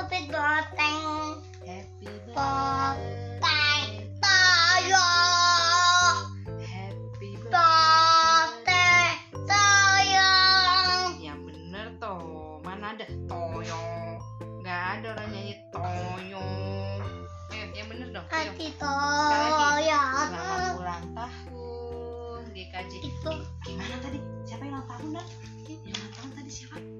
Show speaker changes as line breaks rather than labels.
goteng
Happy
goteng
birthday
tayo
Happy birthday
goteng tayo
Ya bener toh Mana ada Toyo Gak ada orang nyanyi Toyo Eh yang bener dong ayo.
hati toyo
Selamat ulang tahun GKJ
Itu.
Gimana tadi? Siapa yang ulang tahun dah? Yang ulang tahun tadi siapa? Ya ya. ah, gitu. Ya